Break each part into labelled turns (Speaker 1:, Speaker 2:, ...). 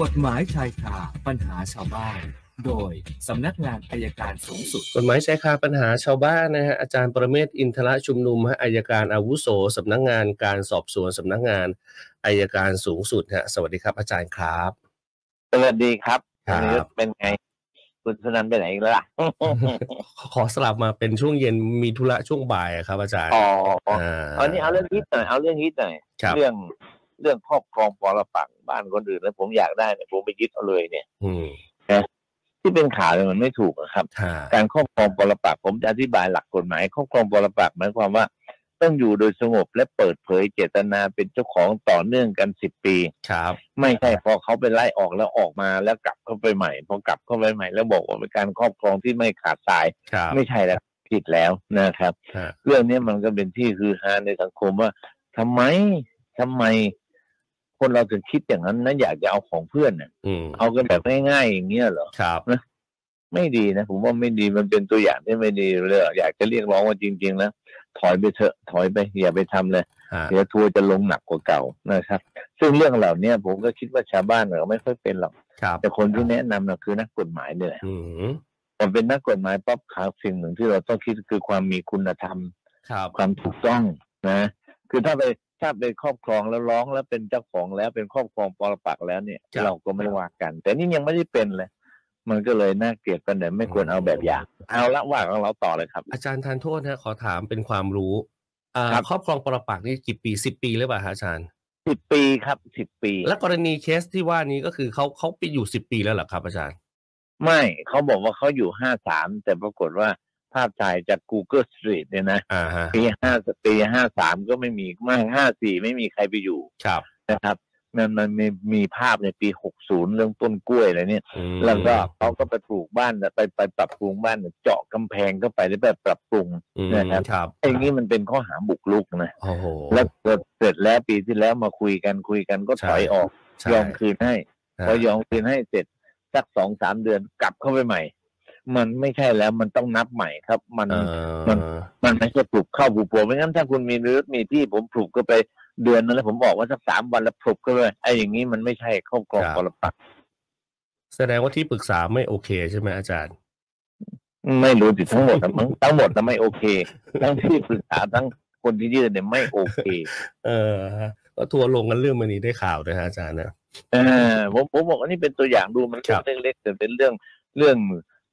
Speaker 1: กฎหมายชายคาปัญหาชาวบ้าน โดยสำนักงานอายการสูงสุด
Speaker 2: กฎหมายชายคาปัญหาชาวบ้านนะฮะอาจารย์ประเมศอินทระชุมนุมฮะอายการอาวุโสสำนักงานการสอบสวนสำนักงานอายการสูงสุดฮะสวัสดีครับ อาจารย์ครับ
Speaker 3: สวัสดีครับ
Speaker 2: ครับ
Speaker 3: ณยุทธเป็นไง คุณสุนันท์ไปไหนอีกแล้วล่ะ
Speaker 2: ขอสลับมาเป็นช่วงเย็นมีธุระช่วงบ่ายอะครับ อาจารย์
Speaker 3: อ๋ออ๋อ
Speaker 2: อ่า
Speaker 3: เอานี่เอาเรื่องฮิตหน่อยเอาเรื่องฮิตหน่อย
Speaker 2: ครับ
Speaker 3: เรื่องเรื่องครอบครองปรปักษ์บ้านคนอื่นแล้วผมอยากได้เนี่ยผมไปยึดเอาเลยเนี่ย
Speaker 2: อืม
Speaker 3: ที่เป็นข่าวเนี่ยมันไม่ถูกอะครับ
Speaker 2: ค่ะ
Speaker 3: การครอบครองปรปักษ์ผมจะอธิบายหลักกฎหมายครอบครองปรปักษ์หมายความว่า ต้องอยู่โดยสงบและเปิดเผยเจตนาเป็นเจ้าของต่อเนื่องกันสิบปี
Speaker 2: ครับ
Speaker 3: ไม่ใช่พอเขาไปไล่ออกแล้วออกมาแล้วกลับเข้าไปใหม่พอกลับเข้าไปใหม่ แล้วบอกว่าเป็นการครอบครองที่ไม่ขาดสาย
Speaker 2: ครับ
Speaker 3: ไม่ใช่แล้วผิดแล้วนะครับ
Speaker 2: ฮะ
Speaker 3: เรื่องนี้มันก็เป็นที่คือฮาในสังคมว่าทำไมทำไม คนเราถึงคิดอย่างนั้นนะอยากจะเอาของเพื่อนน่ะ
Speaker 2: อืม
Speaker 3: เอากันแบบง่ายๆอย่างเงี้ยเหรอ
Speaker 2: ครับ
Speaker 3: ไม่ดีนะผมว่าไม่ดีมันเป็นตัวอย่างที่ไม่ดีเลยอยากจะเรียกร้องว่าจริงๆนะถอยไปเถอะถอยไปอย่าไปทำเลย
Speaker 2: ฮะ
Speaker 3: เดี๋ยวทัวร์จะลงหนักกว่าเก่านะครับ ซึ่งเรื่องเหล่าเนี้ยผมก็คิดว่าชาวบ้านเราไม่ค่อยเป็นหรอก
Speaker 2: ครับ
Speaker 3: แต่คนที่แนะนำน่ะคือนักกฎหมายเนี่ยแหละ
Speaker 2: อืม
Speaker 3: แต่เป็นนักกฎหมายปั๊บขาสิ่งหนึ่งที่เราต้องคิดคือความมีคุณธรรม
Speaker 2: ครับ
Speaker 3: ความถูกต้องนะ คือถ้าไปถ้าไปครอบครองแล้วร้องแล้วเป็นเจ้าของแล้วเป็นครอบครองปรปักษ์แล้วเนี่ย เราก็ไม่ว่ากัน แต่นี่ยังไม่ได้เป็นเลย มันก็เลยน่าเกลียดกันแต่ไม่ควรเอาแบบอย่าง เอาละว่าของเราต่อเลยครับ
Speaker 2: อาจารย์ทานโทษนะขอถามเป็นความรู้อ่า
Speaker 3: ครับ
Speaker 2: ครอบครองปรปักษ์นี่กี่ปีสิบปีหรือเปล่าฮะอาจารย์
Speaker 3: สิบปีครับสิบปี
Speaker 2: แล้วกรณีเคสที่ว่านี้ก็คือเขาเขาไปอยู่สิบปีแล้วเหรอครับ อาจารย์
Speaker 3: ไม่เขาบอกว่าเขาอยู่ห้าสามแต่ปรากฏว่าภาพถ่ายจาก Google Street เนี่ยนะ
Speaker 2: อ่าฮะ
Speaker 3: ปีห้าปีห้าสามก็ไม่มีไม่ห้าสี่ไม่มีใครไปอยู่
Speaker 2: ครับ
Speaker 3: นะครับมันมันมีมีภาพในปี 60 เรื่องต้นกล้วยอะไรเนี่ย
Speaker 2: อืม
Speaker 3: แล้วก็เขาก็ไปปลูกบ้านไปไปปรับปรุงบ้านเจาะกำแพงเข้าไปแล้วไปปรับปรุง
Speaker 2: อืม
Speaker 3: นะครับ
Speaker 2: ครับ
Speaker 3: ไอ้นี่มันเป็นข้อหาบุกรุกนะ
Speaker 2: โอ้โห
Speaker 3: แล้วเกิดเสร็จแล้วปีที่แล้วมาคุยกันคุยกันก็ถอยออก
Speaker 2: ใช่
Speaker 3: ยอมคืนให้
Speaker 2: ฮะ
Speaker 3: พอยอมคืนให้เสร็จสักสองสามเดือนกลับเข้าไปใหม่ มันไม่ใช่แล้วมันต้องนับใหม่ครับ มัน
Speaker 2: เอ
Speaker 3: มั
Speaker 2: อน
Speaker 3: มันไม่ใช่ปลูกข้าวปลูกผัวไม่งั้นถ้าคุณมีเนื้อมีที่ผมปลูกก็ไปเดือนนึงแล้วผมบอกว่าสักสามวันแล้วปลูกก็เลยไอ้อย่างนี้มันไม่ใช่ครอบครองปรปักษ์
Speaker 2: แสดงว่าที่ปรึกษาไม่โอเคใช่ไหมอาจารย์
Speaker 3: ไม่รู้สิทั้งหมดนะมั้งทั้งหมดนะไม่โอเค ทั้งที่ปรึกษาทั้งคนที่ยื่นเนี่ยไม่โอ เค
Speaker 2: เออฮะก็ทัวร์ลงกันเรื่องมันนี้ได้ข่าวด้วยฮะอาจารย์นะ
Speaker 3: เออผมผมบอกว่านี่เป็นตัวอย่างดูมัน
Speaker 2: ครั
Speaker 3: เป็
Speaker 2: บ
Speaker 3: นเรื่องเล็กแต่เป็นเรื่องเรื่อง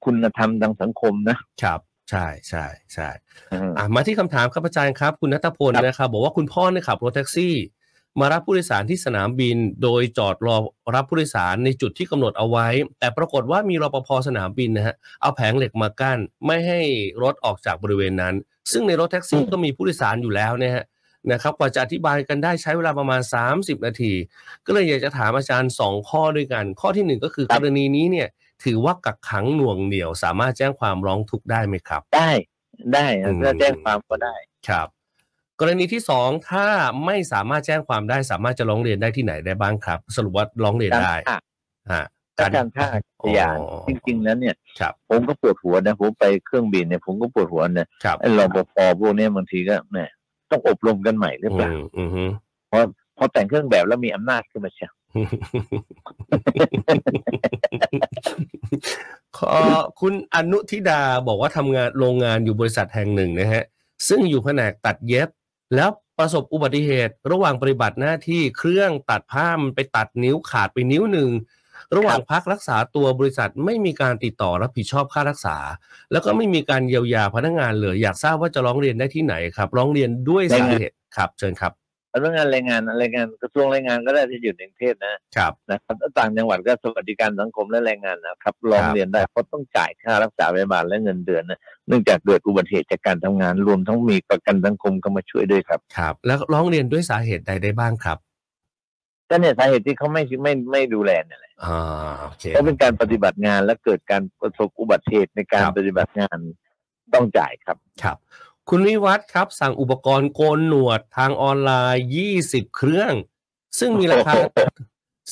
Speaker 3: คุณธรรมทางสังคมนะครับ
Speaker 2: ใช่ใช่ใช่
Speaker 3: อืม
Speaker 2: อ่ะมาที่คำถามครับอาจารย์ครับ คุณนัทพล
Speaker 3: ครับ
Speaker 2: นะครับบอกว่าคุณพ่อเนี่ยขับรถแท็กซี่ มารับผู้โดยสารที่สนามบิน โดยจอดรอรับผู้โดยสารในจุดที่กำหนดเอาไว้ แต่ปรากฏว่ามีรปภสนามบินนะฮะเอาแผงเหล็กมากั้นไม่ให้รถออกจากบริเวณนั้น ซึ่งในรถแท็กซี่ก็มีผู้โดยสารอยู่แล้วนะฮะนะครับกว่าจะอธิบายกันได้ใช้เวลาประมาณ 30 นาที ก็เลยอยากจะถามอาจารย์ 2 ข้อด้วยกัน ข้อทีหนึ่1 ก็คือ
Speaker 3: ครั
Speaker 2: ก
Speaker 3: บ
Speaker 2: รณีนี้เนี่ย ถือว่ากักขังหน่วงเหนี่ยวสามารถแจ้งความร้องทุกข์ได้ไหมครับ
Speaker 3: ได้ได้
Speaker 2: อืม
Speaker 3: ถ้าแจ้งความก็ได้
Speaker 2: ครับ กรณีที่สองถ้าไม่สามารถแจ้งความได้สามารถจะร้องเรียนได้ที่ไหนได้บ้างครับ สรุปว่าร้องเรียนได้ฮะ
Speaker 3: ถ้าการท่าอากาศยาน
Speaker 2: อ๋อ
Speaker 3: จริงๆแล้วเนี่ย
Speaker 2: ครับ
Speaker 3: ผมก็ปวดหัวนะผมไปเครื่องบินเนี่ยผมก็ปวดหัวนะ
Speaker 2: ครับ
Speaker 3: ไอ้รปภพวกเนี้ยบางทีก็แหมต้องอบรมกันใหม่หรือเปล่า
Speaker 2: อืมอืมฮึ
Speaker 3: พอแต่งเครื่องแบบแล้วมีอำนาจขึ้นมาเชียว
Speaker 2: ขอคุณอนุธิดาบอกว่าทำงานโรงงานอยู่บริษัทแห่งหนึ่งนะฮะ ซึ่งอยู่แผนกตัดเย็บ แล้วประสบอุบัติเหตุ ระหว่างปฏิบัติหน้าที่เครื่องตัดผ้ามันไปตัดนิ้วขาดไปนิ้วหนึ่ง ระหว่างพักรักษาตัวบริษัทไม่มีการติดต่อรับผิดชอบค่ารักษา แล้วก็ไม่มีการเยียวยาพนักงานเลยอยากทราบว่าจะร้องเรียนได้ที่ไหนครับ ร้องเรียนด้วยสาเหตุครับ เชิญครับ
Speaker 3: พนักงานแรงงานแรงงานกระทรวงแรงงานก็ได้ที่อยู่ในกรุงเทศนะครับ นะครับต่างจังหวัดก็สวัสดิการสังคมและแรงงานนะครับลอง
Speaker 2: ครับ
Speaker 3: เรียนได้เพราะต้องจ่ายค่ารักษาพยาบาลและเงินเดือนนะเนื่องจากเกิดอุบัติเหตุจากการทำงานรวมทั้งมีประกันสังคมเข้ามาช่วยด้วยครับ
Speaker 2: ครับ แล้วร้องเรียนด้วยสาเหตุใดได้บ้างครับ
Speaker 3: ก็เนี่ยสาเหตุที่เขาไม่ไม่ไม่ดูแลเนี่ยแหละ
Speaker 2: อ่าโอเค
Speaker 3: เพราะเป็นการปฏิบัติงานและเกิดการประสบอุบัติเหตุในการ
Speaker 2: ครับ
Speaker 3: ปฏิบัติงานต้องจ่ายครับ
Speaker 2: ครับ คุณวิวัฒน์ครับ สั่งอุปกรณ์โกนหนวดทางออนไลน์ 20 เครื่อง ซึ่งมีราค า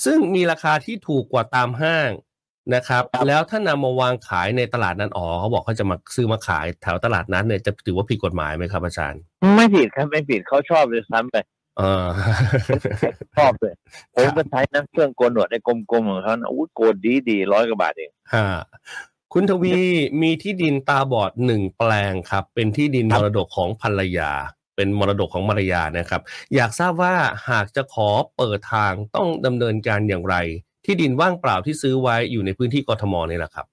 Speaker 2: ซึ่งมีราคาที่ถูกกว่าตามห้างนะครับ
Speaker 3: ครับ
Speaker 2: แล้วถ้านำมาวางขายในตลาดนั้นอ๋อเขาบอกเขาจะมาซื้อมาขายแถวตลาดนั้นเนี่ยจะถือว่าผิดกฎหมายไหมครับอาจารย์
Speaker 3: ไม่ผิดครับไม่ผิดเขาชอบเลยซ้ำไป
Speaker 2: เออ
Speaker 3: ชอบเลยผมก็ใช้นะเครื่องโกนหนวดไอ้กลมๆของเขานะอู้โกนดีดีร้อยกว่าบาทเอง
Speaker 2: ฮะคุณทวีมีที่ดินตาบอดหนึ่งแปลงครับ เป็นที่ดิน
Speaker 3: ครั
Speaker 2: ม
Speaker 3: บ
Speaker 2: รดกของภรรยา เป็นมรดกของภรรยานะครับ อยากทราบว่าหากจะขอเปิดทางต้องดำเนินการอย่างไร ที่ดินว่างเปล่าที่ซื้อไว้อยู่ในพื้นที่กทมนี่แหละครับ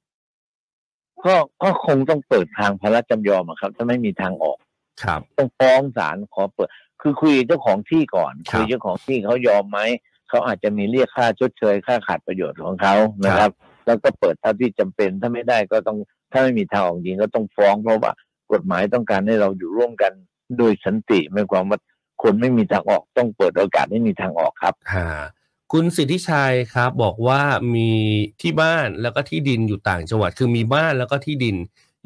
Speaker 3: ก็ก็คงต้องเปิดทางพระราชจำยอมอะครับ ถ้าไม่มีทางออก
Speaker 2: ครับ
Speaker 3: ต้องฟ้องศาลขอเปิด คือคุยเจ้าของที่ก่อน
Speaker 2: ครับ
Speaker 3: คุยเจ้าของที่เขายอมไหมเขาอาจจะมีเรียกค่าชดเชยค่าขาดประโยชน์ของเขานะค
Speaker 2: ครั
Speaker 3: รับ
Speaker 2: บ
Speaker 3: แล้วก็เปิดเท่าที่จำเป็นถ้าไม่ได้ก็ต้องถ้าไม่มีทางออกจริงก็ต้องฟ้องเพราะว่ากฎหมายต้องการให้เราอยู่ร่วมกันโดยสันติไม่ความว่าคนไม่มีทางออกต้องเปิดโอกาสให้มีทางออกครับ
Speaker 2: ฮะคุณสิทธิชัยครับ บอกว่ามีที่บ้านแล้วก็ที่ดินอยู่ต่างจังหวัด คือมีบ้านแล้วก็ที่ดิน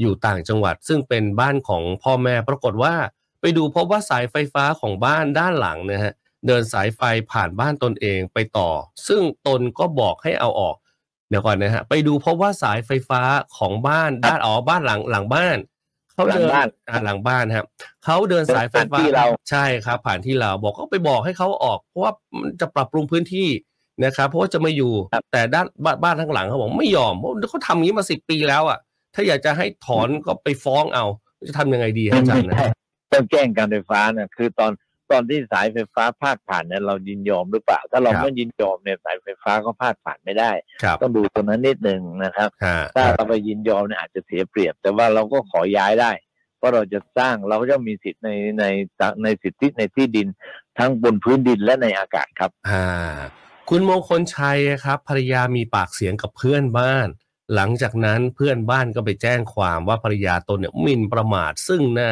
Speaker 2: อยู่ต่างจังหวัด ซึ่งเป็นบ้านของพ่อแม่ปรากฏว่า ไปดูพบว่าสายไฟฟ้าของบ้านด้านหลังนะฮะเดินสายไฟผ่านบ้านตนเองไปต่อ ซึ่งตนก็บอกให้เอาออกเดี๋ยวก่อนนะฮะไปดูพบว่าสายไฟฟ้าของบ้านด้านอ๋อบ้านหลังหลังบ้านเขาเดิ
Speaker 3: หลังบ้าน
Speaker 2: อ่หลังบ้านครับ เขาเดินสายไฟฟ้า
Speaker 3: ผ่านที่เรา
Speaker 2: ใช่ครับ ผ่านที่เราบอกก็ไปบอกให้เขาออก เพราะว่ามันจะปรับปรุงพื้นที่นะครับ เพราะว่าจะไม่อยู่แต่ด้านบ้านบ้านทั้งหลังเขาบอกไม่ยอมเพราะเขาทำอย่างนี้มาสิบปีแล้วอ่ะ ถ้าอยากจะให้ถอนก็ไปฟ้องเอาจะทำยังไงดีฮะอาจารย์นะ
Speaker 3: ต้องแจ้งการไฟฟ้านะคือตอนตอนที่สายไฟฟ้าพาดผ่านเนี่ยเรายินยอมหรือเปล่า ถ้าเรา
Speaker 2: ครับ
Speaker 3: ไม่ยินยอมเนี่ยสายไฟฟ้าก็พาดผ่านไม่ได้
Speaker 2: ครับ
Speaker 3: ต้องดูตรงนั้นนิดหนึ่งนะครับ
Speaker 2: ฮะ
Speaker 3: ถ้าเราไปยินยอมเนี่ยอาจจะเสียเปรียบ แต่ว่าเราก็ขอย้ายได้เพราะเราจะสร้างเราจะมีสิทธิ์ในในในสิทธิในที่ดิน ทั้งบนพื้นดินและในอากาศครับ
Speaker 2: อ่าคุณมงคลชัยครับภรรยามีปากเสียงกับเพื่อนบ้าน หลังจากนั้นเพื่อนบ้านก็ไปแจ้งความว่าภรรยาตนเนี่ยหมิ่นประมาทซึ่งหน้า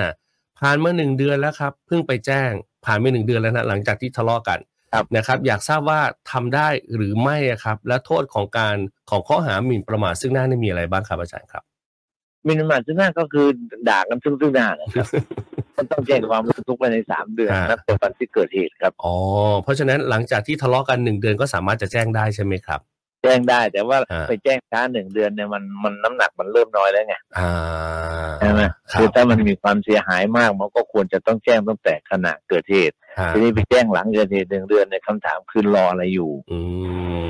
Speaker 2: ผ่านมาหนึ่งเดือนแล้วครับ เพิ่งไปแจ้งผ่านไปหนึ่งเดือนแล้วนะหลังจากที่ทะเลาะกัน
Speaker 3: ครับ
Speaker 2: นะครับ อยากทราบว่าทำได้หรือไม่อะครับ และโทษของการของข้อหาหมิ่นประมาทซึ่งหน้าเนี่ยมีอะไรบ้างครับอาจารย์ครับ
Speaker 3: มินิมาร์ทหน้าก็คือด่ากันซึ่งซึ่งหน้านะครับ มันต้องแจ้งความร้องทุกข์ภายในสามเดือนนับแต่วันที่เกิดเหตุครับ
Speaker 2: อ๋อเพราะฉะนั้นหลังจากที่ทะเลาะกันหนึ่งเดือนก็สามารถจะแจ้งได้ใช่ไหมครับ
Speaker 3: แจ้งได้แต่ว่า
Speaker 2: อ่า
Speaker 3: ไปแจ้งช้าหนึ่งเดือนเนี่ยมันมันน้ำหนักมันเริ่มน้อยแล้วไง
Speaker 2: อ่า
Speaker 3: ใช่ไหม
Speaker 2: ครั
Speaker 3: คือบ ถ้ามันมีความเสียหายมากมันก็ควรจะต้องแจ้งตั้งแต่ขณะเกิดเหตุ
Speaker 2: ฮะ
Speaker 3: ทีนี้ไปแจ้งหลังเกิดเหตุหนึ่งเดือนในยคำถามคือรออะไรอยู่
Speaker 2: อื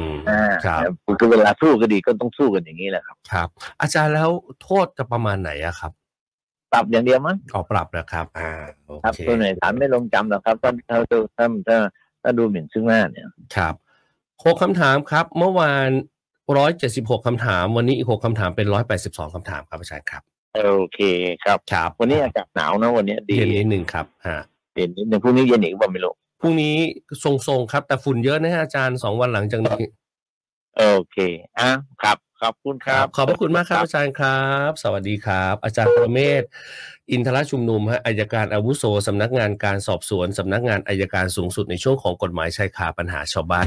Speaker 2: ม
Speaker 3: อ่า
Speaker 2: ครับ
Speaker 3: คือเวลาสู้คดีก็ต้องสู้กันอย่างนี้แหละครับ
Speaker 2: ครับ อาจารย์แล้วโทษจะประมาณไหนอะครับ
Speaker 3: ปรับอย่างเดียวมั้ง
Speaker 2: ออกปรับนะครับ อ่าโอ
Speaker 3: ครับ
Speaker 2: เค
Speaker 3: ตัวไหนศาลไม่ลงจำหรอกครับถ้าถ้าดูถ้าถ้าถ้าดูหมิ่นซึ่งหน้าเนี่ย
Speaker 2: ครับหกคำถามครับ เมื่อวานร้อยเจ็ดสิบหกคำถาม วันนี้อีกหกคำถามเป็นร้อยแปดสิบสองคำถามครับอาจารย์ครับ
Speaker 3: โอเคครับ
Speaker 2: ครับ
Speaker 3: วันนี้อากาศหนาวนะวันนี้ดี
Speaker 2: เย็นนิดหนึ่งครับฮะ
Speaker 3: เย็นนิดนึงพรุ่งนี้เย็นอีกบ่าไม่รู้
Speaker 2: พรุ่งนี้ทรงๆครับ แต่ฝุ่นเยอะนะฮะอาจารย์สองวันหลังจากนี้
Speaker 3: โอเคอ่ะครับขอบคุณครับ
Speaker 2: ขอบพระคุณมากครับอาจารย์ครับ สวัสดีครับ อาจารย์ประเมศ อินทรชุมนุมฮะอายการอาวุโสสำนักงานการสอบสวนสำนักงานอายการสูงสุดในช่วงของกฎหมายชายคาปัญหาชาวบ้าน